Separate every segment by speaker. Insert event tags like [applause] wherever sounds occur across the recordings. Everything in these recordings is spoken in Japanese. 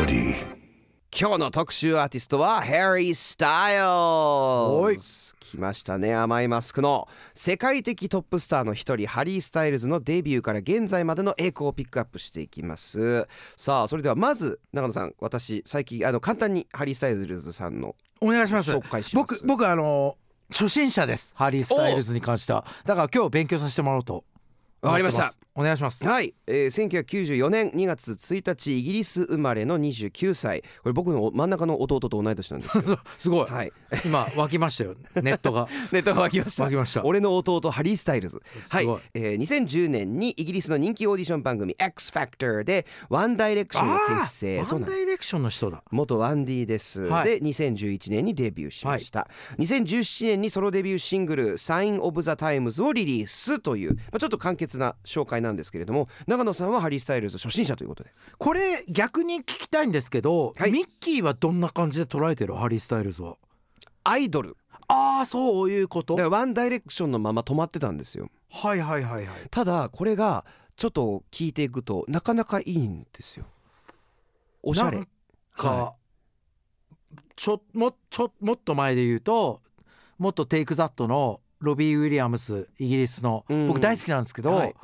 Speaker 1: 今日の特集アーティストはハリー・スタイルズ来ましたね甘いマスクの世界的トップスターの一人ハリー・スタイルズのデビューから現在までの栄光をピックアップしていきますさあそれではまず長野さん私最近あの簡単にハリー・スタイルズさんの
Speaker 2: お願いします
Speaker 1: 紹介します
Speaker 2: 僕僕あの初心者ですハリー・スタイルズに関してはだから今日勉強させてもらおうと
Speaker 1: わかりました
Speaker 2: 思ってすお願いします
Speaker 1: はい、えー、1994年2月1日イギリス生まれの29歳これ僕の真ん中の弟と同い年なんですよ
Speaker 2: [laughs] すごい、
Speaker 1: はい
Speaker 2: 今沸きましたよ [laughs] ネットが
Speaker 1: ネットが沸きました
Speaker 2: 沸きました
Speaker 1: 俺の弟ハリー・スタイルズはい
Speaker 2: すごい、
Speaker 1: えー2010年にイギリスの人気オーディション番組 X ファクターでワンダイレクションを結成
Speaker 2: ワ
Speaker 1: そう
Speaker 2: ン
Speaker 1: なんです
Speaker 2: ダイレクションの人だ
Speaker 1: 元ワンディです、
Speaker 2: は
Speaker 1: で
Speaker 2: い
Speaker 1: 2011年にデビューしました、2017年にソロデビューシングル「サイン・オブ・ザ・タイムズ」をリリースという、まあ、ちょっと簡潔な紹介なんですけれども長野さんはハリー・スタイルズ初心者ということで
Speaker 2: これ逆に聞きたいんですけど、
Speaker 1: はい
Speaker 2: ミッキーはどんな感じで捉えてるハリー・スタイルズは
Speaker 1: アイドル
Speaker 2: ああそういうこと
Speaker 1: だからワンダイレクションのまま止まってたんですよ
Speaker 2: はいはいはいはい
Speaker 1: ただこれがちょっと聞いていくとなかなかいいんですよおしゃれ
Speaker 2: なんか、
Speaker 1: は
Speaker 2: ちょもちょもっと前で言うともっと「テイク・ザット」のロビー・ウィリアムスイギリスの、
Speaker 1: うん
Speaker 2: 僕大好きなんですけど、
Speaker 1: はい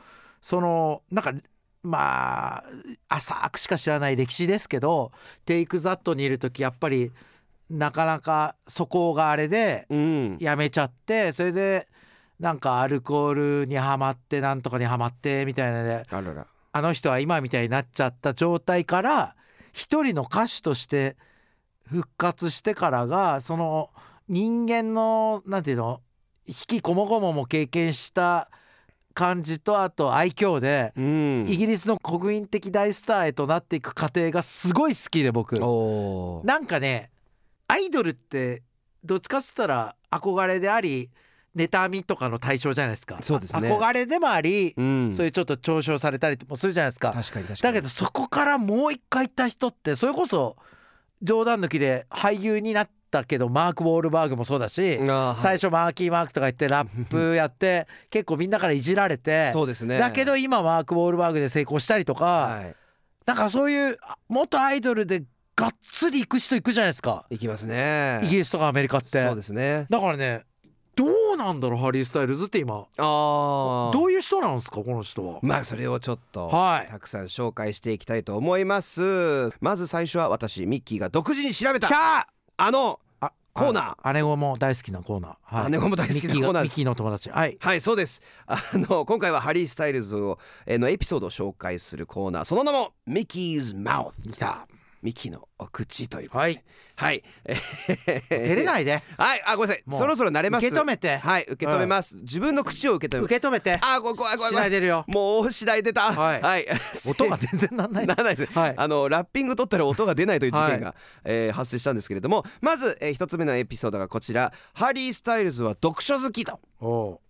Speaker 2: そのなんかまあ浅くしか知らない歴史ですけど「テイク・ザット」にいる時やっぱりなかなかそこがあれで
Speaker 1: うん
Speaker 2: やめちゃってそれでなんかアルコールにはまってなんとかにはまってみたいなので
Speaker 1: あらら
Speaker 2: あの人は今みたいになっちゃった状態から一人の歌手として復活してからがその人間のなんていうの引きこもごもも経験した感じとあと愛嬌で、
Speaker 1: うん
Speaker 2: イギリスの国民的大スターへとなっていく過程がすごい好きで僕
Speaker 1: おー
Speaker 2: なんかねアイドルってどっちかっつったら憧れであり妬みとかの対象じゃないですか
Speaker 1: そうですね
Speaker 2: 憧れでもあり、
Speaker 1: うん
Speaker 2: そういうちょっと嘲笑されたりもするじゃないですか
Speaker 1: 確かに確か
Speaker 2: だ
Speaker 1: に
Speaker 2: けどそこからもう一回行った人ってそれこそ冗談抜きで俳優になったけどマーク・ウォールバーグもそうだし、
Speaker 1: あー
Speaker 2: 最初マーキー・マークとか言ってラップやって結構みんなからいじられて、
Speaker 1: そうですね
Speaker 2: だけど今マーク・ウォールバーグで成功したりとか、
Speaker 1: はい
Speaker 2: なんかそういうあ元アイドルでがっつり行く人行くじゃないですか、
Speaker 1: いきますね
Speaker 2: イギリスとかアメリカって。
Speaker 1: そうですね
Speaker 2: だからねどうなんだろうハリー・スタイルズって今
Speaker 1: あ
Speaker 2: どういう人なんですかこの人は。
Speaker 1: まあそれをちょっと
Speaker 2: はい
Speaker 1: たくさん紹介していきたいと思いますまず最初は私ミッキーが独自に調べたあの
Speaker 2: あ
Speaker 1: コーナ
Speaker 2: ー姉子も大好きなコーナー、はい、
Speaker 1: 姉子も大好きな
Speaker 2: ミッキ
Speaker 1: コーナー
Speaker 2: が
Speaker 1: で
Speaker 2: ミ
Speaker 1: す
Speaker 2: ッキーの友達はい
Speaker 1: はいそうですあの今回はハリー・スタイルズをえーのエピソードを紹介するコーナーその名もミッキーズ・マウス
Speaker 2: 来た
Speaker 1: ミッキーのお口ということで
Speaker 2: はい
Speaker 1: はい
Speaker 2: 照
Speaker 1: 照
Speaker 2: れないで
Speaker 1: [laughs] はいあごめんなさい
Speaker 2: もう
Speaker 1: そろそろ慣れます
Speaker 2: 受け止めて
Speaker 1: はい受け止めます自分の口を受け止め
Speaker 2: 受け止めて
Speaker 1: あご怖い怖い怖
Speaker 2: しない
Speaker 1: い
Speaker 2: でるよ
Speaker 1: もう次第出た
Speaker 2: はい
Speaker 1: はい
Speaker 2: 音が全然なんな
Speaker 1: [laughs]
Speaker 2: い
Speaker 1: ならないです、
Speaker 2: はい
Speaker 1: あのラッピング取ったら音が出ないという事件が、
Speaker 2: は
Speaker 1: えー発生したんですけれどもまず、えー一つ目のエピソードがこちらハリー・スタイルズは読書好きだ
Speaker 2: お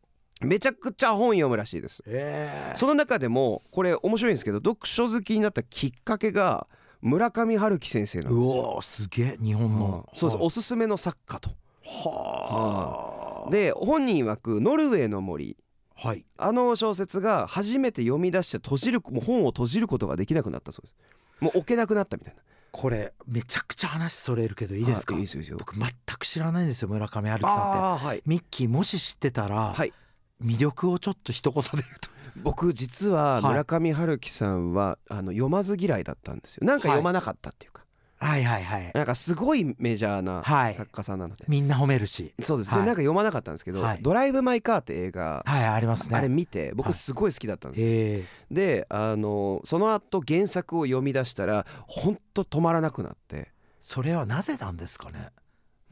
Speaker 2: う
Speaker 1: めちゃくちゃ本読むらしいです
Speaker 2: え
Speaker 1: その中でもこれ面白いんですけど読書好きになったきっかけが村上春樹先生
Speaker 2: え
Speaker 1: なん
Speaker 2: う
Speaker 1: ですよ
Speaker 2: おーすげえ日本の
Speaker 1: そうです
Speaker 2: は
Speaker 1: おすすめの作家と
Speaker 2: は
Speaker 1: で本人曰く「ノルウェーの森」
Speaker 2: あはい
Speaker 1: あの小説が初めて読み出して閉じるもう本を閉じることができなくなったそうですもう置けなくなったみたいな
Speaker 2: これめちゃくちゃ話それるけどいいですか
Speaker 1: あいいですよいいですよ
Speaker 2: 僕全く知らないんですよ村上春樹さんって
Speaker 1: あーはい
Speaker 2: ミッキーもし知ってたら、
Speaker 1: はい
Speaker 2: 魅力をちょっと一言で言うと
Speaker 1: 僕実は
Speaker 2: はい
Speaker 1: 村上春樹さんは、あの読まず嫌いだったんですよなんか
Speaker 2: はい
Speaker 1: 読まなかったっていうか、
Speaker 2: はいはいはい
Speaker 1: なんかすごいメジャーな
Speaker 2: はい
Speaker 1: 作家さんなので、
Speaker 2: みんな褒めるし
Speaker 1: そうですね、
Speaker 2: はい
Speaker 1: なんか読まなかったんですけど「
Speaker 2: はい
Speaker 1: ドライブ・マイ・カー」って映画、
Speaker 2: はいありますね
Speaker 1: あれ見て
Speaker 2: は
Speaker 1: 僕
Speaker 2: い
Speaker 1: すごい好きだったんですよ、
Speaker 2: ええ
Speaker 1: であのその後原作を読み出したらほんと止まらなくなって
Speaker 2: それはなぜなんですかね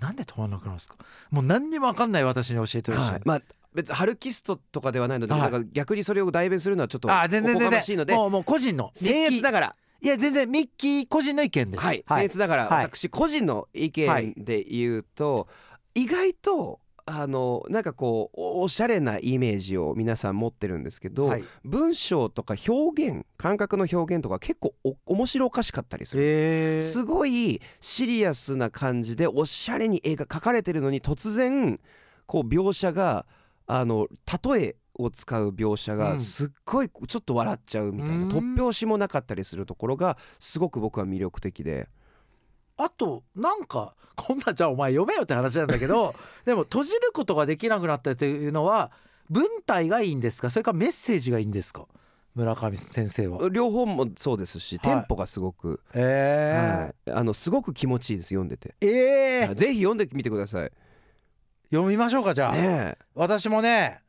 Speaker 2: なんで止まんなくなるんですかもう何にも分かんない私に教えてほしい、
Speaker 1: まあ別にハルキストとかではないので、
Speaker 2: はい
Speaker 1: なんか逆にそれを代弁するのはちょっとおこ
Speaker 2: あ全然全
Speaker 1: がましいので
Speaker 2: 然もうもう個人の
Speaker 1: 僭越な
Speaker 2: ミッ
Speaker 1: がら
Speaker 2: キーいや全然ミッキー個人の意見です
Speaker 1: はい、僭越だから、
Speaker 2: はい
Speaker 1: 私個人の意見で言うと、意外とあのなんかこうおおしゃれなイメージを皆さん持ってるんですけど、
Speaker 2: はい
Speaker 1: 文章とか表現感覚の表現とか結構お面白おかしかったりする。
Speaker 2: え
Speaker 1: すごいシリアスな感じでおしゃれに絵が描かれてるのに突然こう描写があの例えを使う描写が
Speaker 2: うん
Speaker 1: すっごいちょっと笑っちゃうみたいな、
Speaker 2: うん
Speaker 1: 突拍子もなかったりするところがすごく僕は魅力的で
Speaker 2: あとなんかこんなんじゃあお前読めよって話なんだけど [laughs] でも閉じることができなくなったというのは文体がいいんですかそれからメッセージがいいんですか村上先生は。
Speaker 1: 両方もそうですし、
Speaker 2: は
Speaker 1: テ
Speaker 2: い
Speaker 1: ンポがすごく、
Speaker 2: え
Speaker 1: はい、あのすごく気持ちいいです読んでて、
Speaker 2: ー、えー、
Speaker 1: ぜひ読んでみてください
Speaker 2: 読みましょうかじゃあ、
Speaker 1: ねえ
Speaker 2: 私もね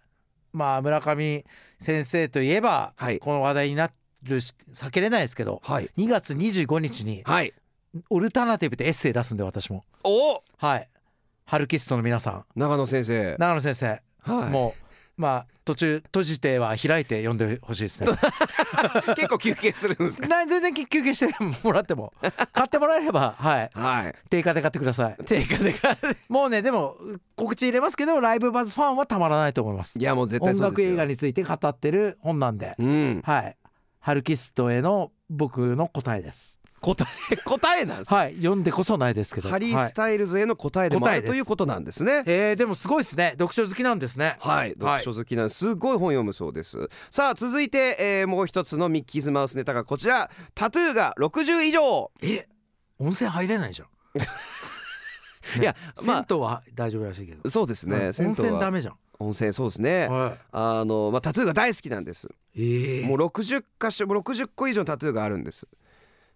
Speaker 2: まあ村上先生といえば、
Speaker 1: はい
Speaker 2: この話題になるし避けれないですけど
Speaker 1: はい
Speaker 2: 2月25日に
Speaker 1: はい
Speaker 2: オルタナティブでエッセイ出すんで私も
Speaker 1: お
Speaker 2: はいハルキストの皆さん
Speaker 1: 長野先生
Speaker 2: 長野先生
Speaker 1: はい
Speaker 2: もうまあ途中閉じては開いて読んでほしいですね。
Speaker 1: [laughs] 結構休憩するん
Speaker 2: [laughs]
Speaker 1: ですね
Speaker 2: な全然休憩してもらっても買ってもらえればはい
Speaker 1: はい
Speaker 2: 定価で買ってください。
Speaker 1: 定価で
Speaker 2: もうねでも告知入れますけどライブバズファンはたまらないと思います
Speaker 1: い。やもう絶対
Speaker 2: 音
Speaker 1: そうで
Speaker 2: 楽
Speaker 1: すよ
Speaker 2: 映画について語ってる本なんで、
Speaker 1: うん
Speaker 2: はいハルキストへの僕の答えです。
Speaker 1: 答え答えなんですね
Speaker 2: はい読んでこそないですけど。
Speaker 1: ハリー・
Speaker 2: はい
Speaker 1: スタイルズへの答えでもあ
Speaker 2: 答え
Speaker 1: る
Speaker 2: です
Speaker 1: ということなんですね
Speaker 2: えーでもすごいですね読書好きなんですね。
Speaker 1: はい読書好きなんですすごい本読むそうですさあ続いて、えーもう一つのミッキーズマウスネタがこちらタトゥーが60以上
Speaker 2: え温泉入れないじゃん。
Speaker 1: いやま
Speaker 2: 銭
Speaker 1: あ
Speaker 2: 湯は大丈夫らしいけど。
Speaker 1: そうです
Speaker 2: う
Speaker 1: ね
Speaker 2: ん
Speaker 1: 銭
Speaker 2: 温
Speaker 1: 湯
Speaker 2: 泉
Speaker 1: は
Speaker 2: ダメじゃん。
Speaker 1: 温泉そうですね
Speaker 2: は
Speaker 1: あのまあタトゥーが大好きなんです
Speaker 2: い。ええ
Speaker 1: もう60箇所もう60個以上のタトゥーがあるんです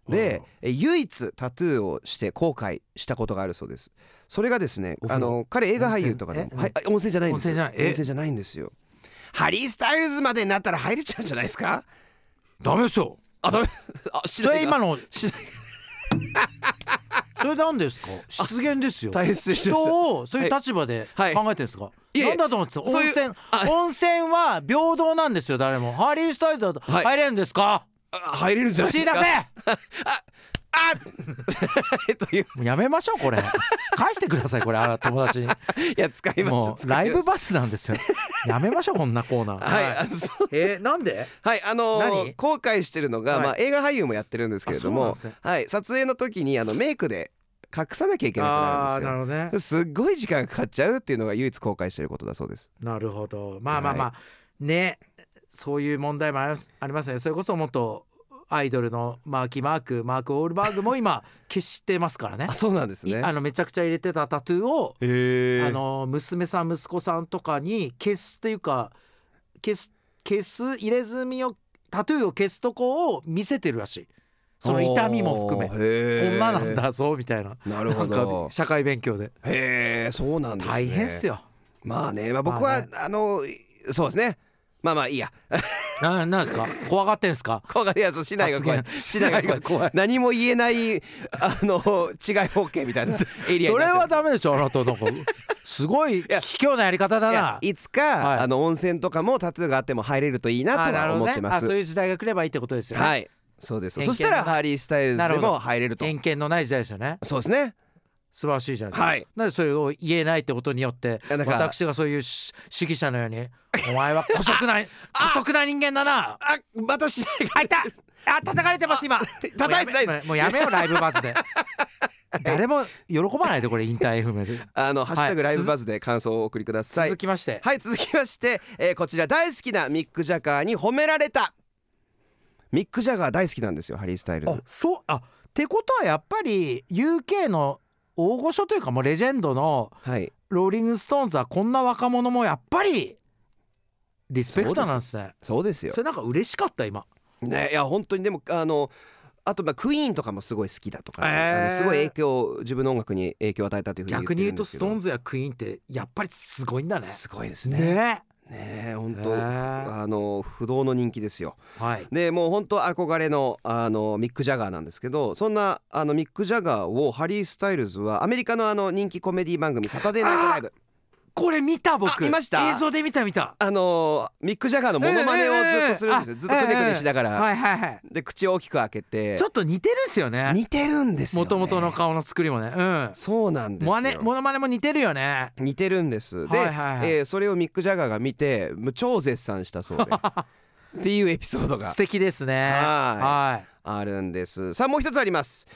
Speaker 1: でえ唯一タトゥーをして後悔したことがあるそうですそれがですね
Speaker 2: お風
Speaker 1: あ
Speaker 2: 呂
Speaker 1: の彼映画俳優とかで
Speaker 2: 温泉
Speaker 1: はいあ温泉じゃないんです
Speaker 2: 温泉じゃないえ
Speaker 1: 温泉じゃないんですよハリー・スタイルズまでになったら入れちゃうんじゃないですか
Speaker 2: ダメですよ。
Speaker 1: あダメあし
Speaker 2: それ今
Speaker 1: の
Speaker 2: の。 [laughs] それなんですか。失言ですよ。
Speaker 1: 大変失礼しました
Speaker 2: 人をそういう立場で考
Speaker 1: は
Speaker 2: え
Speaker 1: い
Speaker 2: てるんですか。
Speaker 1: いやい
Speaker 2: な
Speaker 1: や
Speaker 2: んだと思ってた。
Speaker 1: そう
Speaker 2: 温
Speaker 1: いう
Speaker 2: 泉
Speaker 1: あ。
Speaker 2: 温泉は平等なんですよ。誰も。ハリースタイルだと
Speaker 1: はい
Speaker 2: 入れるんですか。
Speaker 1: あ入れるんじゃない
Speaker 2: 口
Speaker 1: で
Speaker 2: 出
Speaker 1: す
Speaker 2: せ
Speaker 1: か。あ [laughs] という
Speaker 2: もうやめましょうこれ。返してくださいこれあの友 [laughs] 達に。
Speaker 1: いや使いま
Speaker 2: も
Speaker 1: す
Speaker 2: うライブバスなんですよ。やめましょうこんなコーナー。
Speaker 1: はいあのそう
Speaker 2: えーなんで？
Speaker 1: はいあのー
Speaker 2: 何
Speaker 1: 後悔してるのが、
Speaker 2: はい
Speaker 1: まあ、映画俳優もやってるんですけれど
Speaker 2: あ
Speaker 1: も、
Speaker 2: そうなんで
Speaker 1: はい、撮影の時にあのメイクで隠さなきゃいけなくなるんですよ
Speaker 2: ほどね
Speaker 1: すっごい時間がかかっちゃうっていうのが唯一後悔してることだそうです
Speaker 2: なるほどまあまあまあ、ねそういう問題もありますありますねそれこそ元アイドルのマーキー・マークマーク・オールバーグも今消してますからね
Speaker 1: あそうなんです
Speaker 2: い
Speaker 1: ね
Speaker 2: あのめちゃくちゃ入れてたタトゥーを、
Speaker 1: へ
Speaker 2: あの娘さん息子さんとかに消すというか消す消す入れ墨をタトゥーを消すとこを見せてるらしいその痛みも含めこ
Speaker 1: め
Speaker 2: んななんだぞみたいな
Speaker 1: なるほ
Speaker 2: なん
Speaker 1: ど
Speaker 2: か社会勉強で
Speaker 1: へえそうなんですね
Speaker 2: 大変っすよ、
Speaker 1: まあね、まあ、僕は、
Speaker 2: まあ
Speaker 1: あ
Speaker 2: ね
Speaker 1: のそうですねまあまあいいや
Speaker 2: ななんですか怖がってんすか
Speaker 1: 怖がりやすしないが怖い
Speaker 2: [laughs] 発
Speaker 1: 市
Speaker 2: 言
Speaker 1: 内が怖い
Speaker 2: 怖い
Speaker 1: 何も言えないあの違い OK みたいなエリア
Speaker 2: そ
Speaker 1: に
Speaker 2: れ
Speaker 1: なってる
Speaker 2: はダメでしょあなたなんかすごい
Speaker 1: や
Speaker 2: 卑怯なやり方だ
Speaker 1: いや
Speaker 2: ない
Speaker 1: つか、
Speaker 2: はい
Speaker 1: あの温泉とかもタトゥーがあっても入れるといいな
Speaker 2: あ
Speaker 1: と
Speaker 2: なる
Speaker 1: は
Speaker 2: ほ
Speaker 1: 思
Speaker 2: ど
Speaker 1: っ
Speaker 2: ね
Speaker 1: てま
Speaker 2: あ
Speaker 1: す、
Speaker 2: そういう時代が来ればいいってことですよね、
Speaker 1: はいそうです
Speaker 2: 偏
Speaker 1: そ
Speaker 2: 見
Speaker 1: したらハリー・スタイルズ
Speaker 2: なる
Speaker 1: で
Speaker 2: ほど
Speaker 1: も入れると
Speaker 2: 偏見のない時代ですよね
Speaker 1: そうですね
Speaker 2: 素晴らしいじゃないですか、
Speaker 1: はい
Speaker 2: なんでそれを言えないってことによって
Speaker 1: やだから
Speaker 2: 私がそういう主主義者のように「お前は姑息な
Speaker 1: [laughs]
Speaker 2: 姑息な人間だな
Speaker 1: あまたしない
Speaker 2: あいたあ叩かれてます [laughs] 今
Speaker 1: 叩いてないです
Speaker 2: もうやめもうやめようライブバズ
Speaker 1: [laughs]
Speaker 2: で誰も喜ばないでこれインター
Speaker 1: [laughs]
Speaker 2: FM で
Speaker 1: [laughs] あの、ハッシュタグ
Speaker 2: は
Speaker 1: ラ
Speaker 2: い
Speaker 1: イブバズで感想をお送りください
Speaker 2: 続きまして
Speaker 1: はい続きまして、えーこちら大好きなミック・ジャガーに褒められたミック・ジャガー大好きなんですよハリー・スタイル
Speaker 2: あ
Speaker 1: ズ
Speaker 2: そうあってことはやっぱり UK の大御所というかもうレジェンドの
Speaker 1: はい
Speaker 2: ローリング・ストーンズはこんな若者もやっぱりリスペクトなんですね
Speaker 1: そうですよ
Speaker 2: それなんか嬉しかった今
Speaker 1: ねいや本当にでもあのあとまあクイーンとかもすごい好きだとか、
Speaker 2: へー
Speaker 1: あのすごい影響自分の音楽に影響を与えたというふうに言って
Speaker 2: 逆に
Speaker 1: る
Speaker 2: 言
Speaker 1: んで
Speaker 2: うと
Speaker 1: す
Speaker 2: ス
Speaker 1: けど
Speaker 2: トーンズやクイーンってやっぱりすごいんだね
Speaker 1: すごいですね
Speaker 2: ね
Speaker 1: ねえ本
Speaker 2: ね
Speaker 1: 当、あの不動の人気ですよ
Speaker 2: はい
Speaker 1: でもう本当憧れのあのミック・ジャガーなんですけどそんなあのミック・ジャガーをハリー・スタイルズはアメリカのあの人気コメディ番組「サタデーナイトライブ
Speaker 2: これ見た僕
Speaker 1: あ見ました
Speaker 2: 映像で見た見た」
Speaker 1: あのミック・ジャガーのモノマネをずっとするんですよ、
Speaker 2: ええええ
Speaker 1: ずっとくねくねしながら、
Speaker 2: はいはいはい
Speaker 1: で口を大きく開けて
Speaker 2: ちょっと似てるんすよね
Speaker 1: 似てるんですよ、
Speaker 2: も
Speaker 1: ね、
Speaker 2: ともとの顔の作りもねうん
Speaker 1: そうなんです
Speaker 2: モネ
Speaker 1: よ
Speaker 2: モノマネも似てるよね
Speaker 1: 似てるんですで、
Speaker 2: はいはいはい
Speaker 1: えーそれをミック・ジャガーが見てもう超絶賛した
Speaker 2: [laughs]
Speaker 1: そうでっていうエピソードが
Speaker 2: 素敵ですね
Speaker 1: は
Speaker 2: は
Speaker 1: あるんですさあもう一つあります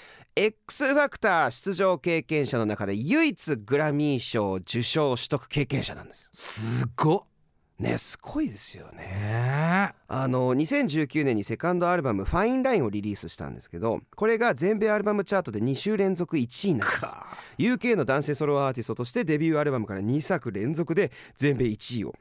Speaker 1: X ファクター出場経験者の中で唯一グラミー賞受賞取得経験者なんです
Speaker 2: いすごっ
Speaker 1: ねすごいですよね
Speaker 2: ね
Speaker 1: あの2019年にセカンドアルバム「ファインラインをリリースしたんですけどこれが全米アルバムチャートで2週連続1位なんです
Speaker 2: か
Speaker 1: UK の男性ソロアーティストとしてデビューアルバムから2作連続で全米1位を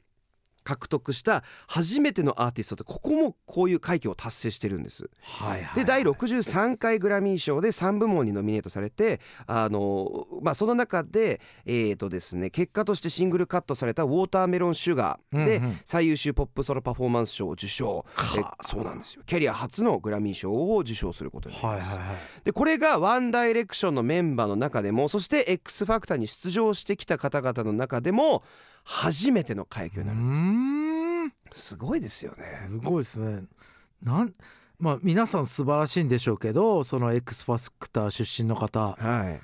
Speaker 1: 獲得した初めてのアーティストでここもこういう快挙を達成してるんです。
Speaker 2: はいはい
Speaker 1: で第63回グラミー賞で3部門にノミネートされてあの、まあ、その中で,、えーとですね、結果としてシングルカットされた「ウォーターメロンシュガー」で
Speaker 2: うんうん
Speaker 1: 最優秀ポップソロパフォーマンス賞を受賞、え
Speaker 2: はあ
Speaker 1: そうなんですよキャリア初のグラミー賞を受賞することになり
Speaker 2: はいはい
Speaker 1: ます。
Speaker 2: はい
Speaker 1: でこれがワンダイレクションのメンバーの中でもそして X ファクターに出場してきた方々の中でも初めての快挙
Speaker 2: う
Speaker 1: に
Speaker 2: ー
Speaker 1: なる
Speaker 2: ん
Speaker 1: すごいですよね。
Speaker 2: すごいですねなんまあ皆さん素晴らしいんでしょうけどその X ファクター出身の方
Speaker 1: はい、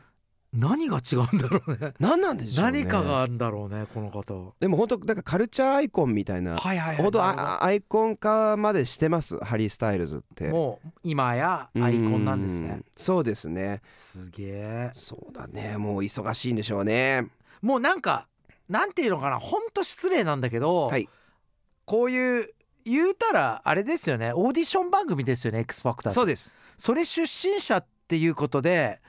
Speaker 2: 何が違うんだろうね
Speaker 1: 何なんでしょうね
Speaker 2: 何かがあるんだろうねこの方
Speaker 1: でも本当なんかカルチャーアイコンみたいな
Speaker 2: はいはいはい
Speaker 1: ほど
Speaker 2: なるほ
Speaker 1: あアイコン化までしてますハリー・スタイルズって
Speaker 2: もう今やアイコンなんですね
Speaker 1: うそうですね
Speaker 2: すげえ
Speaker 1: そうだねもう忙しいんでしょうね
Speaker 2: もうなんかなんていうのかなほんと失礼なんだけど、
Speaker 1: はい
Speaker 2: こういう言うたらあれですよねオーディション番組ですよね X ファクター
Speaker 1: そう
Speaker 2: そ
Speaker 1: です
Speaker 2: それ出身者っていうことで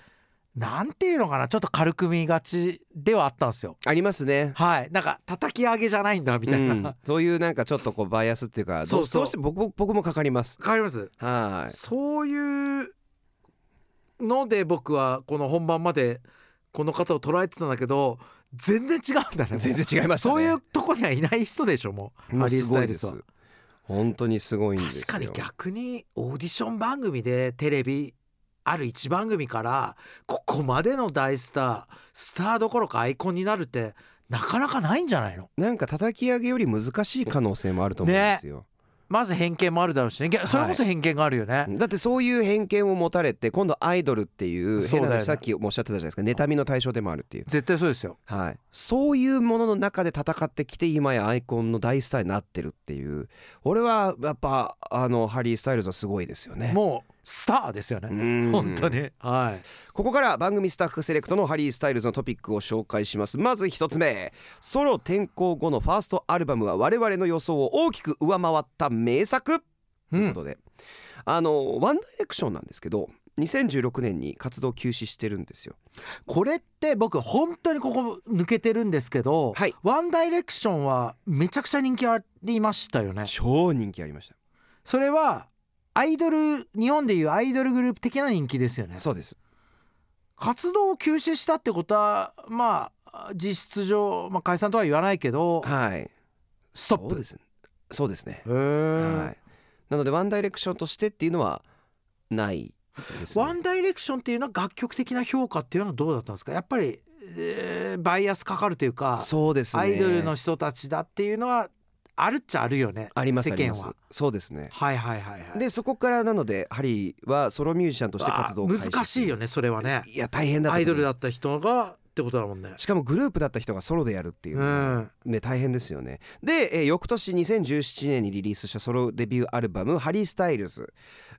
Speaker 2: なんていうのかなちょっと軽く見がちではあったんですよ
Speaker 1: ありますね
Speaker 2: はいなんか叩き上げじゃないんだみたいな、
Speaker 1: うんそういうなんかちょっとこうバイアスっていうかど
Speaker 2: そうそう
Speaker 1: どうして僕僕僕もかかります
Speaker 2: わかります
Speaker 1: はい
Speaker 2: そういうので僕はこの本番までこの方を捉えてたんだけど全然違うんだねもう
Speaker 1: 全然違いましたね
Speaker 2: そういうとこにはいない人でしょもう
Speaker 1: も
Speaker 2: ハ
Speaker 1: う
Speaker 2: リー・
Speaker 1: す
Speaker 2: スタ
Speaker 1: ご
Speaker 2: イ
Speaker 1: い
Speaker 2: ル
Speaker 1: で
Speaker 2: ズは
Speaker 1: す本当にすごいんです
Speaker 2: 確
Speaker 1: よ
Speaker 2: かに逆にオーディション番組でテレビある一番組からここまでの大スタースターどころかアイコンになるってなかなかないんじゃないの
Speaker 1: なんか叩き上げより難しい可能性もあると思うんですよ、
Speaker 2: まず偏見もあるだろうしねいやそれこそ偏見があるよね、
Speaker 1: だってそういう偏見を持たれて今度アイドルっていう
Speaker 2: そ
Speaker 1: 変
Speaker 2: うだよね
Speaker 1: なさっきおっしゃってたじゃないですか妬みの対象でもあるっていう
Speaker 2: 絶対そうですよ
Speaker 1: はい、そういうものの中で戦ってきて今やアイコンの大スターになってるっていう俺はやっぱあのハリー・スタイルズはすごいですよね。
Speaker 2: もうスターですよね
Speaker 1: うん
Speaker 2: 本当にはい
Speaker 1: ここから番組スタッフセレクトのハリー・スタイルズのトピックを紹介しますまず一つ目ソロ転向後のファーストアルバムは我々の予想を大きく上回った名作ということで、あのワンダイレクションなんですけど2016年に活動休止してるんですよ
Speaker 2: これって僕本当にここ抜けてるんですけど、
Speaker 1: はい
Speaker 2: ワンダイレクションはめちゃくちゃ人気ありましたよね
Speaker 1: 超人気ありまし
Speaker 2: それはアイドル日本でいうアイドルグループ的な人気ですよね
Speaker 1: たそうです
Speaker 2: 活動を休止したってことはまあ実質上、まあ、解散とは言わないけど
Speaker 1: はい
Speaker 2: ストッ
Speaker 1: そう
Speaker 2: プ
Speaker 1: ですねそうですね
Speaker 2: へー
Speaker 1: はい、なのでワンダイレクションとしてっていうのはないです、ね、
Speaker 2: ワンダイレクションっていうのは楽曲的な評価っていうのはどうだったんですかやっぱり、えーバイアスかかるというか
Speaker 1: そうですね
Speaker 2: アイドルの人たちだっていうのはあるっちゃあるよね
Speaker 1: あります
Speaker 2: 世
Speaker 1: あり
Speaker 2: 間
Speaker 1: ます
Speaker 2: は
Speaker 1: そうですね
Speaker 2: はいはいはいはい
Speaker 1: でそこからなのでハリーはソロミュージシャンとして活動を
Speaker 2: わ
Speaker 1: 開
Speaker 2: あ
Speaker 1: 始
Speaker 2: 難しいよねそれはね
Speaker 1: いや大変だったと
Speaker 2: アイ
Speaker 1: 思
Speaker 2: ド
Speaker 1: う
Speaker 2: ルだった人がってことだもんね
Speaker 1: しかもグループだった人がソロでやるっていう
Speaker 2: う
Speaker 1: のは
Speaker 2: ん
Speaker 1: ね大変ですよねで、えー翌年2017年にリリースしたソロデビューアルバム「ハリー・スタイルズ」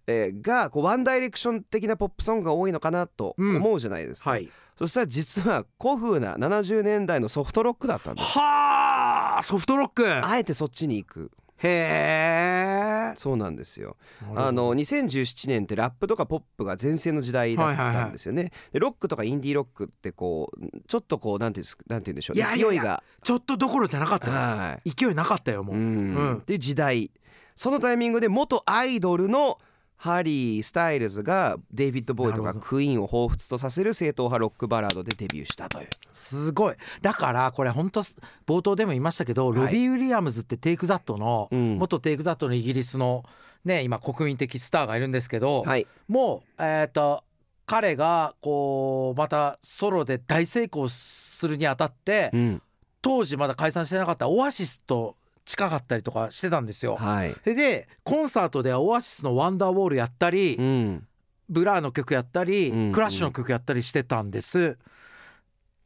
Speaker 1: えーがこうワンダイレクション的なポップソングが多いのかなと思うじゃないですか、
Speaker 2: はい
Speaker 1: そしたら実は古風な70年代のソフトロックだったんです
Speaker 2: はあソフトロックへ
Speaker 1: あえてそっちに行く
Speaker 2: え
Speaker 1: そうなんですよあの2017年ってラップとかポップが全盛の時代だったんですよね、でロックとかインディーロックってこうちょっとこうなんていうんですなんて言うんでしょう
Speaker 2: いやいやいや
Speaker 1: 勢いが
Speaker 2: ちょっとどころじゃなかったよ
Speaker 1: は
Speaker 2: 勢いなかったよ
Speaker 1: い
Speaker 2: も
Speaker 1: う
Speaker 2: う、
Speaker 1: ん、
Speaker 2: うん
Speaker 1: で時代そのタイミングで元アイドルのハリー・スタイルズがデイビッド・ボーイと
Speaker 2: な
Speaker 1: か
Speaker 2: るほ
Speaker 1: クイーンを彷彿とさせる正統派ロックバラードでデビューしたという
Speaker 2: すごいだからこれ本当冒頭でも言いましたけど、
Speaker 1: い
Speaker 2: ロビー・ウィリアムズってテイク・ザットの、
Speaker 1: うん
Speaker 2: 元テイク・ザットのイギリスのね今国民的スターがいるんですけど、
Speaker 1: はい
Speaker 2: もうえっ、と彼がこうまたソロで大成功するにあたって、
Speaker 1: うん
Speaker 2: 当時まだ解散してなかったオアシスと近かったりとかしてたんですよ。
Speaker 1: はい
Speaker 2: それでコンサートではオアシスの「ワンダーウォール」やったり、
Speaker 1: うん
Speaker 2: ブラーの曲やったり、
Speaker 1: うん
Speaker 2: クラッシュの曲やったりしてたんです。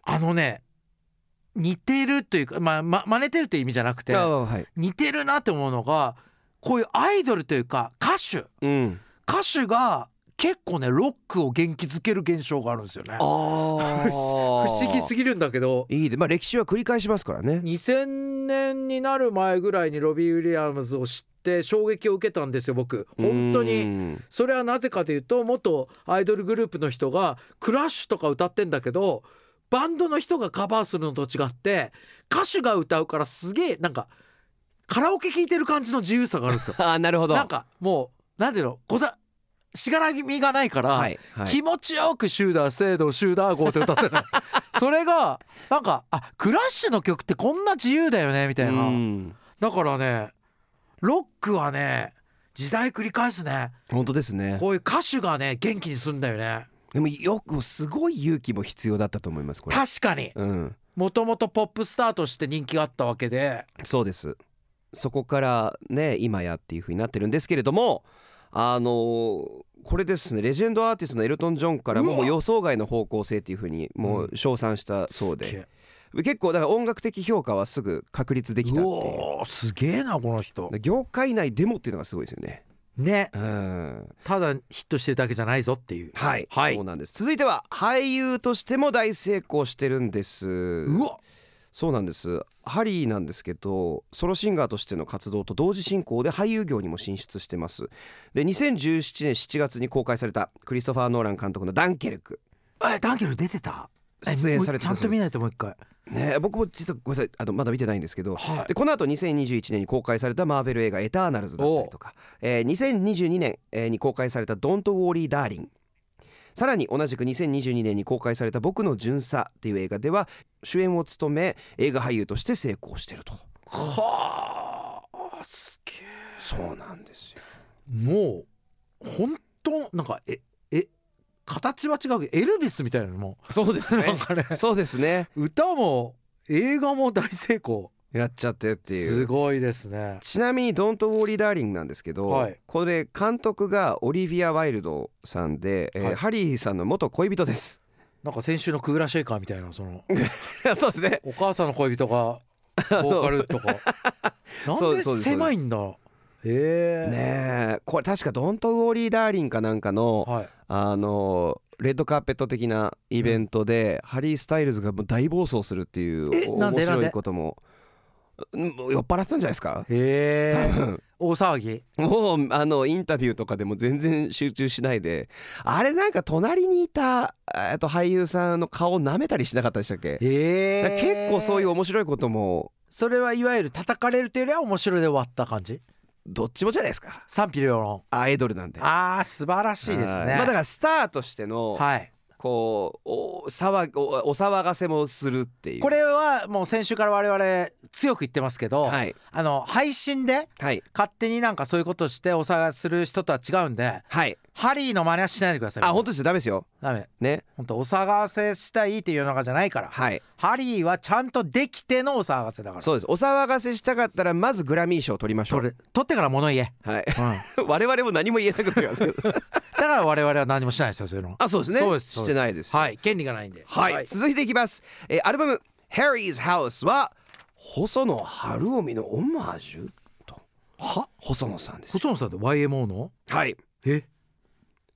Speaker 2: あのね似てるというか、まあ、ま真似てるという意味じゃなくて
Speaker 1: ああはい
Speaker 2: 似てるなって思うのがこういうアイドルというか歌手
Speaker 1: うん
Speaker 2: 歌手が結構ねロックを元気づける現象があるんですよね
Speaker 1: あ [laughs] ー
Speaker 2: 不思議すぎるんだけど
Speaker 1: いいでまあ歴史は繰り返しますからね
Speaker 2: 2000年になる前ぐらいにロビー・ウィリアムズを知って衝撃を受けたんですよ僕本当
Speaker 1: う
Speaker 2: に
Speaker 1: ん。
Speaker 2: それはなぜかというと元アイドルグループの人がクラッシュとか歌ってんだけどバンドの人がカバーするのと違って歌手が歌うからすげえなんかカラオケ聴いてる感じの自由さがあるんですよ
Speaker 1: [laughs] あーなるほど
Speaker 2: なんかもうなんていうのこだしがらみがないから、
Speaker 1: はいはい
Speaker 2: 気持ちよく「シューダー制度シューダー号」って
Speaker 1: [laughs]
Speaker 2: 歌ってるそれがなんかあクラッシュの曲ってこんな自由だよねみたいな、
Speaker 1: うん
Speaker 2: だからねロックはね時代繰り返すね
Speaker 1: 本当ですね
Speaker 2: こういう歌手がね元気にするんだよね
Speaker 1: でもよくすごい勇気も必要だったと思いますこれ
Speaker 2: 確かに
Speaker 1: うん
Speaker 2: もともとポップスターとして人気があったわけで
Speaker 1: そうですそこからね今やっていう風になってるんですけれどもあのーこれですねレジェンドアーティストのエルトン・ジョンからも
Speaker 2: うわ
Speaker 1: もう予想外の方向性っていう風にもう称賛したそう
Speaker 2: すっ
Speaker 1: で
Speaker 2: げ
Speaker 1: 結構だから音楽的評価はすぐ確立できた
Speaker 2: え
Speaker 1: っ
Speaker 2: う
Speaker 1: ていう
Speaker 2: おーすげえなこの人
Speaker 1: 業界内でもっていうのがすごいですよね
Speaker 2: ね
Speaker 1: うん
Speaker 2: ただヒットしてるだけじゃないぞっていう
Speaker 1: はい、
Speaker 2: はい
Speaker 1: そうなんです続いては俳優としても大成功してるんです
Speaker 2: うわ
Speaker 1: そうなんですハリーなんですけどソロシンガーとしての活動と同時進行で俳優業にも進出してますで2017年7月に公開されたクリストファー・ノーラン監督の「ダンケルク
Speaker 2: えダンケル出てたえ
Speaker 1: 出演されてた
Speaker 2: もうちゃんと見
Speaker 1: な
Speaker 2: ないともう一回」
Speaker 1: ね僕も実はごめんなさいあのまだ見てないんですけど
Speaker 2: は
Speaker 1: でこの後2021年に公開されたマーベル映画「エターナルズ」だったりとか、えー2022年えーに公開された「ドント・ウォーリー・ダーリン」さらに同じく2022年に公開された「僕の巡査」っていう映画では主演を務め映画俳優として成功してると
Speaker 2: はあすげ
Speaker 1: そうなんですよ
Speaker 2: えもう本当なんかええ形は違うけどエルビスみたいなのも
Speaker 1: そうです
Speaker 2: なんかね
Speaker 1: [laughs] そうですね
Speaker 2: 歌も映画も大成功
Speaker 1: やっちゃってってい
Speaker 2: す
Speaker 1: う
Speaker 2: ごいですね
Speaker 1: ちなみに「ドント・ウォーリー・ダーリン」なんですけど、
Speaker 2: はい
Speaker 1: これ監督がオリビア・ワイルドさんで、えー
Speaker 2: はい
Speaker 1: ハリーさんの元恋人です [laughs]
Speaker 2: なんか先週のクーラーシェイカーみたいなその
Speaker 1: そうですね
Speaker 2: お母さんの恋人がボーカルと [laughs] かな
Speaker 1: そうんで
Speaker 2: です
Speaker 1: そうです
Speaker 2: 狭いんだへえ
Speaker 1: ねえこれ確か「ドント・ウォーリー・ダーリン」かなんかの、
Speaker 2: はい
Speaker 1: あのレッドカーペット的なイベントで、ハリー・スタイルズがもう大暴走するっていう
Speaker 2: え
Speaker 1: お
Speaker 2: なん
Speaker 1: 面
Speaker 2: でなん
Speaker 1: 白
Speaker 2: で
Speaker 1: いこともうん酔っ払ってたんじゃないですか
Speaker 2: へ
Speaker 1: 多
Speaker 2: え
Speaker 1: 分
Speaker 2: 大騒ぎ
Speaker 1: もうあのインタビューとかでも全然集中しないであれなんか隣にいたえっと俳優さんの顔舐めたりしなかったでしたっけ、
Speaker 2: へ
Speaker 1: だから
Speaker 2: え
Speaker 1: 結構そういう面白いことも
Speaker 2: それはいわゆる叩かれるというよりは面白いで終わった感じ
Speaker 1: どっちもじゃないですか
Speaker 2: 賛否両論
Speaker 1: アイドルなんで
Speaker 2: あー素晴らしいです
Speaker 1: は
Speaker 2: ね
Speaker 1: まあ、だからスターとしての
Speaker 2: はい
Speaker 1: こうお騒ぎおお騒がせもするっていう
Speaker 2: これはもう先週から我々強く言ってますけど、
Speaker 1: はい
Speaker 2: あの配信で
Speaker 1: はい
Speaker 2: 勝手になんかそういうことしてお騒がせする人とは違うんで
Speaker 1: はい
Speaker 2: ハリーの真似はしないでください
Speaker 1: あ本当ですよダメですよ
Speaker 2: ダメ
Speaker 1: ね
Speaker 2: 本当お騒がせしたいっていうのがじゃないから、
Speaker 1: はい
Speaker 2: ハリーはちゃんとできてのお騒がせだから
Speaker 1: そうですお騒がせしたかったらまずグラミー賞を取りましょ
Speaker 2: 取
Speaker 1: う
Speaker 2: れ取ってから物言え、
Speaker 1: はい [laughs]
Speaker 2: うん、だ
Speaker 1: 我々も何も言えなくなりますけど
Speaker 2: から我々は何もしないですよそういうの
Speaker 1: [laughs] あそうですね
Speaker 2: そうです
Speaker 1: してないですよ
Speaker 2: はい権利がないんでは
Speaker 1: はい、続いていきます、えーアルバム「Harry's House」は細野晴臣のオマージュとは細野さんです
Speaker 2: 細野さんって YMO の
Speaker 1: はい
Speaker 2: え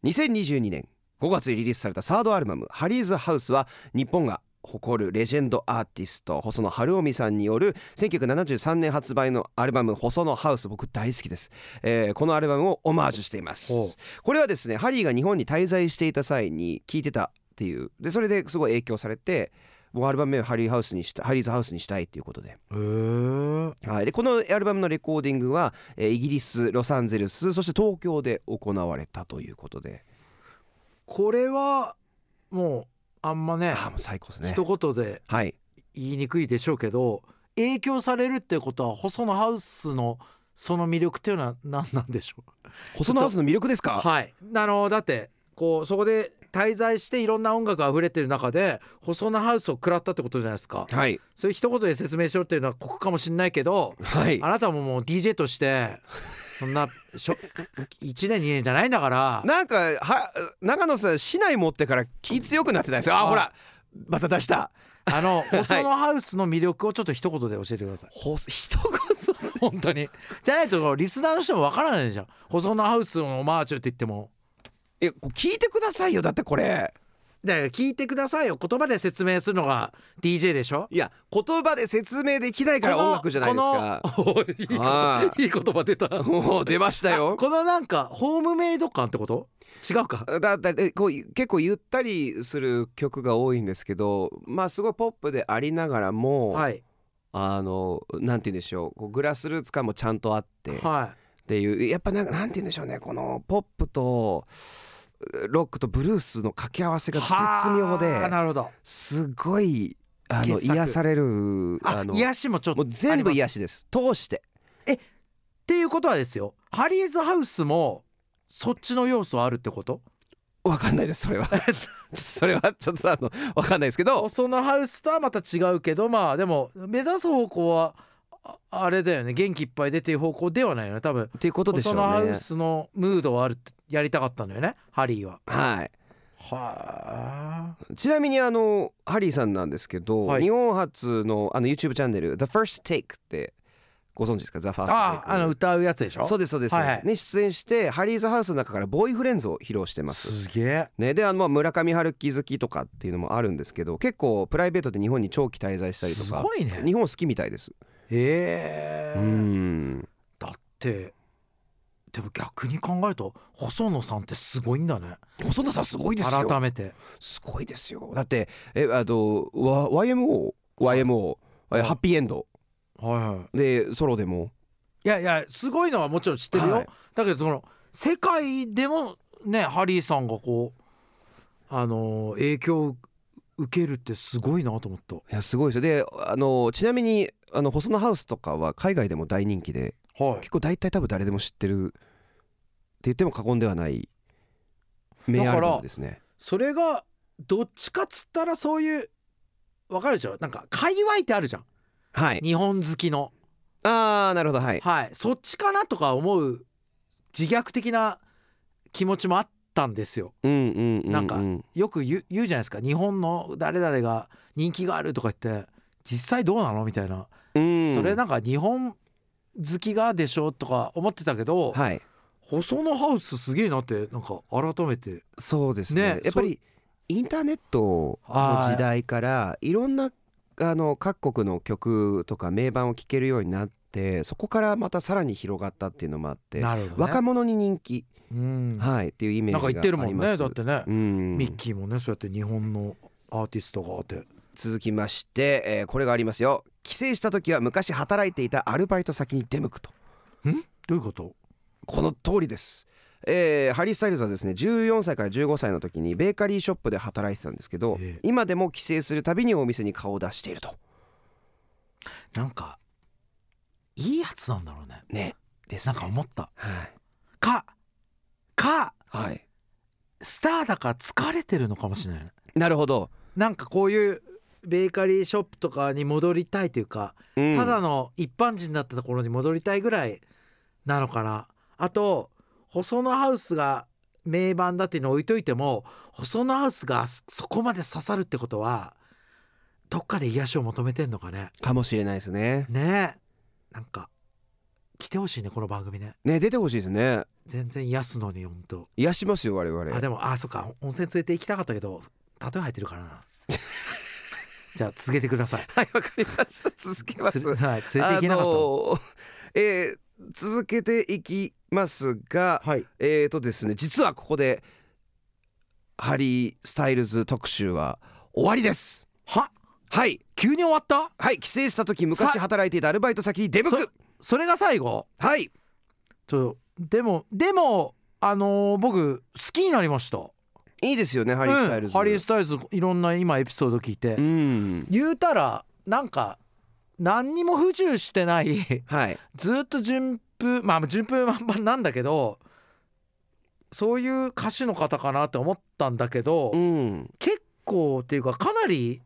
Speaker 1: 2022年5月にリリースされたサードアルバム「ハリーズ・ハウス」は日本が誇るレジェンドアーティスト細野晴臣さんによる1973年発売のアルバム「細野ハウス」僕大好きです、えーこのアルバムをオマージュしていま
Speaker 2: ほう
Speaker 1: すこれはですねハリーが日本に滞在していた際に聴いてたっていうでそれですごい影響されてもうアルバム名をハリーハウスにしたハリーズハウスにしたいっていうことで
Speaker 2: えー、
Speaker 1: はい、でこのアルバムのレコーディングは、えーイギリスロサンゼルスそして東京で行われたということで、
Speaker 2: これはもうあんまね
Speaker 1: ああもう最高ですね
Speaker 2: 一言で
Speaker 1: はい
Speaker 2: 言いにくいでしょうけど影響されるってことは細野ハウスのその魅力っていうのは何なんでしょう
Speaker 1: 細野ハウスの魅力ですか
Speaker 2: はい、あのだってこうそこで滞在していろんな音楽が溢れてる中で細野ハウスを食らったってことじゃないですか、
Speaker 1: はい
Speaker 2: そういう一言で説明しろっていうのはここかもしんないけど
Speaker 1: はい
Speaker 2: あなたももう DJ としてそんなしょ [laughs] 1年2年じゃないんだから
Speaker 1: なんかは長野さん市内持ってから気強くなってないですよあほらまた出した
Speaker 2: あの
Speaker 1: い
Speaker 2: 細野ハウスの魅力をちょっと一言で教えてください
Speaker 1: ほ一言
Speaker 2: 本当にじゃないとリスナーの人もわからないじゃん細野ハウスのオマージュって言っても
Speaker 1: えこう聞いてくださいよだってこれ
Speaker 2: だから聞いてくださいよ言葉で説明するのが DJ でしょ
Speaker 1: いや言葉で説明できないから
Speaker 2: この
Speaker 1: 音楽じゃないですか
Speaker 2: このおいいこと
Speaker 1: はい
Speaker 2: い言葉出たこ
Speaker 1: もう出ましたよ
Speaker 2: のなんかホームメイド感ってこと違うか
Speaker 1: だだえこう結構ゆったりする曲が多いんですけどまあすごいポップでありながらも、
Speaker 2: はい
Speaker 1: あのなんて言うんでしょうこうグラスルーツ感もちゃんとあってっ
Speaker 2: は
Speaker 1: ていうやっぱなんかなんて言うんでしょうねこのポップとロックとブルースの掛け合わせ
Speaker 2: い
Speaker 1: が絶妙
Speaker 2: はあ
Speaker 1: で
Speaker 2: なるほど
Speaker 1: すごいあの
Speaker 2: 傑作
Speaker 1: 癒される
Speaker 2: あ
Speaker 1: の
Speaker 2: 癒しもちょっと
Speaker 1: もう全部
Speaker 2: あります
Speaker 1: 癒しです通して
Speaker 2: っていうことはですよハリーズハウスもそっちの要素あるってこと
Speaker 1: わかんないですそれ
Speaker 2: [laughs]
Speaker 1: はそれはちょっとあのわかんないですけど
Speaker 2: そのハウスとはまた違うけどまあでも目指す方向はああれだよね元気いっぱい出てる方向ではないよね多分
Speaker 1: っていうことでしょ
Speaker 2: そうのハ
Speaker 1: ね
Speaker 2: ウスのムードはあるってやりたかったんだよねハリーは
Speaker 1: はい
Speaker 2: はあ
Speaker 1: ちなみにあのハリーさんなんですけど、
Speaker 2: はい
Speaker 1: 日本初のあの YouTube チャンネル「THEFIRSTTAKE」ってご存知ですか「THEFIRSTTAKE」
Speaker 2: ああの歌うやつでしょ
Speaker 1: そうですそうです、
Speaker 2: はいはい
Speaker 1: ね出演してハリーズハウスの中からボーイフレンズを披露してます
Speaker 2: すげえ
Speaker 1: ね、であのまあ村上春樹好きとかっていうのもあるんですけど結構プライベートで日本に長期滞在したりと
Speaker 2: す
Speaker 1: か
Speaker 2: ごいね
Speaker 1: 日本好きみたいです
Speaker 2: ええ
Speaker 1: うん
Speaker 2: だってでも逆に考えると細野さんってすごいんだね
Speaker 1: 細田さんすごいですよ
Speaker 2: 改めて
Speaker 1: すごいですよだってえあとわ YMO YMO え
Speaker 2: はい
Speaker 1: ハッピーエンド
Speaker 2: はいはい
Speaker 1: でソロでも
Speaker 2: いやいやすごいのはもちろん知ってるよ、
Speaker 1: はい
Speaker 2: だけどその世界でもねハリーさんがこうあのー影響を受けるってすごいなと思った
Speaker 1: いやすごいですよであのちなみにあの細野ハウスとかは海外でも大人気で
Speaker 2: は
Speaker 1: 結構大体多分誰でも知ってるって言っても過言ではない名
Speaker 2: だ
Speaker 1: ア
Speaker 2: か
Speaker 1: ル
Speaker 2: ら
Speaker 1: バムですね
Speaker 2: それがどっちかっつったらそういうわかるでしょなんか界隈ってあるじゃん
Speaker 1: はい
Speaker 2: 日本好きの
Speaker 1: ああなるほどはい
Speaker 2: はいそっちかなとか思う自虐的な気持ちもあったんですよ
Speaker 1: うんうんうう
Speaker 2: なんかよく言う言うじゃないですか日本の誰々が人気があるとか言って実際どうなのみたいな
Speaker 1: うん
Speaker 2: それなんか日本好きがでしょとか思ってたけど、
Speaker 1: はい
Speaker 2: 細野ハウスすげえなってなんか改めて
Speaker 1: そうですね
Speaker 2: ね
Speaker 1: やっぱりインターネットの時代からいろんなあの各国の曲とか名盤を聴けるようになってそこからまたさらに広がったっていうのもあって、
Speaker 2: なるほど、ね、
Speaker 1: 若者に人気、
Speaker 2: うんなんか
Speaker 1: はいっていうイメージがあり
Speaker 2: 言
Speaker 1: ます
Speaker 2: ってるもんねだってね、
Speaker 1: うん
Speaker 2: ミッキーもねそうやって日本のアーティストがあって
Speaker 1: 続きまして、えーこれがありますよ帰省した時は昔働いていたアルバイト先に出向くと
Speaker 2: どういうこと
Speaker 1: この通りです、えーハリー・スタイルズはですね14歳から15歳の時にベーカリーショップで働いてたんですけど、
Speaker 2: ええ
Speaker 1: 今でも帰省するたびにお店に顔を出していると
Speaker 2: なんかいいやつなんだろうね
Speaker 1: ねです
Speaker 2: なん
Speaker 1: ね
Speaker 2: か思った
Speaker 1: はい、
Speaker 2: かか
Speaker 1: はい、
Speaker 2: スターだから疲れてるのかもしれないね
Speaker 1: なるほど、
Speaker 2: なんかこういうベーカリーショップとかに戻りたいというか
Speaker 1: うん
Speaker 2: ただの一般人だったところに戻りたいぐらいなのかなあと細野ハウスが名盤だっていうのを置いといても細野ハウスがそそこまで刺さるってことはどっかで癒しを求めてんのかね
Speaker 1: かもしれないですね
Speaker 2: ねえなんか来てほしいねこの番組ね
Speaker 1: ね出てほしいですね
Speaker 2: 全然癒すのにほんと
Speaker 1: 癒しますよ我々
Speaker 2: あでもあそっか温泉連れて行きたかったけどタトゥー入ってるから
Speaker 1: [laughs]
Speaker 2: なじゃあ続けてください
Speaker 1: はいわかりました続け
Speaker 2: つれはい、連れて行けなかった、
Speaker 1: あのーえー続けていきますが、
Speaker 2: はい
Speaker 1: えーとですね実はここでハリー・スタイルズ特集は終わりです
Speaker 2: は
Speaker 1: はい
Speaker 2: 急に終わった
Speaker 1: はい帰省した時昔働いていたアルバイト先に出向く
Speaker 2: それが最後
Speaker 1: はい
Speaker 2: ちょでもでもあのー僕好きになりました
Speaker 1: いいですよねハリー・スタイルズ、
Speaker 2: うん、ハリー・スタイルズいろんな今エピソード聞いて、
Speaker 1: うん
Speaker 2: 言うたらなんか何にも不自由してない [laughs]
Speaker 1: はい
Speaker 2: ずっと順風まあ順風満帆なんだけどそういう歌手の方かなって思ったんだけど、
Speaker 1: うん
Speaker 2: 結構っていうかかなり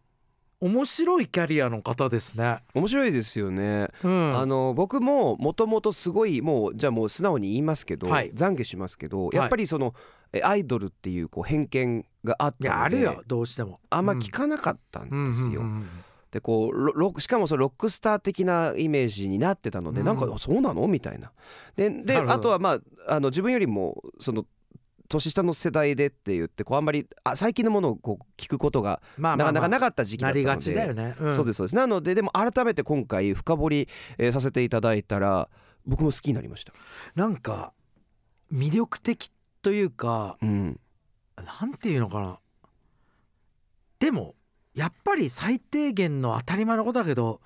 Speaker 2: 面白いキャリアの方ですね。
Speaker 1: 面白いですよね、
Speaker 2: うん、
Speaker 1: あの僕ももともとすごいもうじゃあもう素直に言いますけど、
Speaker 2: はい
Speaker 1: 懺悔しますけど
Speaker 2: い
Speaker 1: やっぱりその、えアイドルっていうこう偏見があっ
Speaker 2: い
Speaker 1: たので
Speaker 2: やあるよどうしても。
Speaker 1: あんま聞かなかったんですよ。
Speaker 2: うんうんうんうん
Speaker 1: でこうロロックしかもそのロックスター的なイメージになってたので、
Speaker 2: うん
Speaker 1: なんかそうなのみたいな。でで
Speaker 2: なるほど
Speaker 1: あとはまああの自分よりもその年下の世代でって言ってこうあんまりあ最近のものをこう聞くことが
Speaker 2: まあ
Speaker 1: な
Speaker 2: ま
Speaker 1: か
Speaker 2: あ
Speaker 1: な
Speaker 2: ま
Speaker 1: か
Speaker 2: あ
Speaker 1: なかった時期だ
Speaker 2: な
Speaker 1: ったの
Speaker 2: り
Speaker 1: で、
Speaker 2: がちだよね。うん
Speaker 1: そうですそうですなのででも改めて今回深掘り、えーさせていただいたら僕も好きになりました、
Speaker 2: なんか魅力的というか
Speaker 1: うん、
Speaker 2: なんていうのかなでもやっぱり最低限の当たり前のことだけど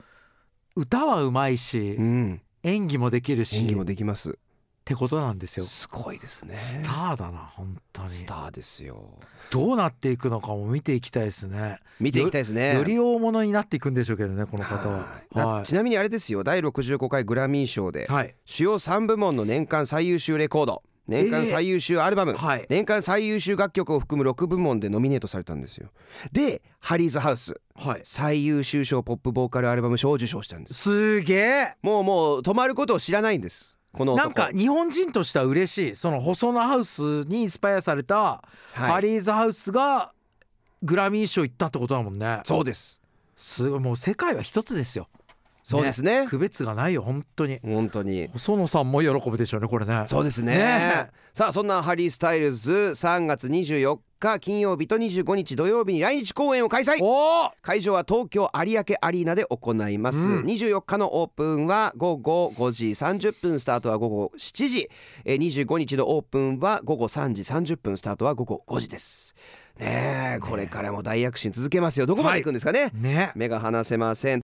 Speaker 2: 歌はうまいし、
Speaker 1: うん、
Speaker 2: 演技もできるし
Speaker 1: 演技も
Speaker 2: っ
Speaker 1: できます
Speaker 2: てことなんですよ。
Speaker 1: すごいですね
Speaker 2: スターだな本当に
Speaker 1: スターですよ
Speaker 2: どうなっていくのかも見ていきたいですね
Speaker 1: 見ていきたいですね
Speaker 2: より大物になっていくんでしょうけどねこの方は
Speaker 1: はいな
Speaker 2: は
Speaker 1: ちなみにあれですよ第65回グラミー賞で
Speaker 2: い、はい
Speaker 1: 主要3部門の年間最優秀レコード年間最優秀アルバム、
Speaker 2: はい
Speaker 1: 年間最優秀楽曲を含む6部門でノミネートされたんですよでハリーズハウス
Speaker 2: はい、
Speaker 1: 最優秀賞ポップボーカルアルバム賞を受賞したんです
Speaker 2: すげえ
Speaker 1: もうもう止まることを知らないんですこの
Speaker 2: な
Speaker 1: 男
Speaker 2: んか日本人としては嬉しいその細野ハウスにインスパイアされた
Speaker 1: はい
Speaker 2: ハリーズハウスがグラミー賞行ったってことだもんね
Speaker 1: そうです
Speaker 2: すごいもう世界は一つですよ
Speaker 1: そうですね
Speaker 2: 区別がないよ本当に
Speaker 1: 本当に
Speaker 2: 細野さんも喜ぶでしょうねこれね
Speaker 1: そうですね
Speaker 2: ねえ
Speaker 1: さあそんなハリー・スタイルズ3月24日金曜日と25日土曜日に来日公演を開催
Speaker 2: おー
Speaker 1: 会場は東京有明アリーナで行います、
Speaker 2: うん
Speaker 1: 24日のオープンは午後5時30分スタートは午後7時えー25日のオープンは午後3時30分スタートは午後5時ですねえこれからも大躍進続けますよどこまで行くんですかね、
Speaker 2: ね
Speaker 1: 目が離せません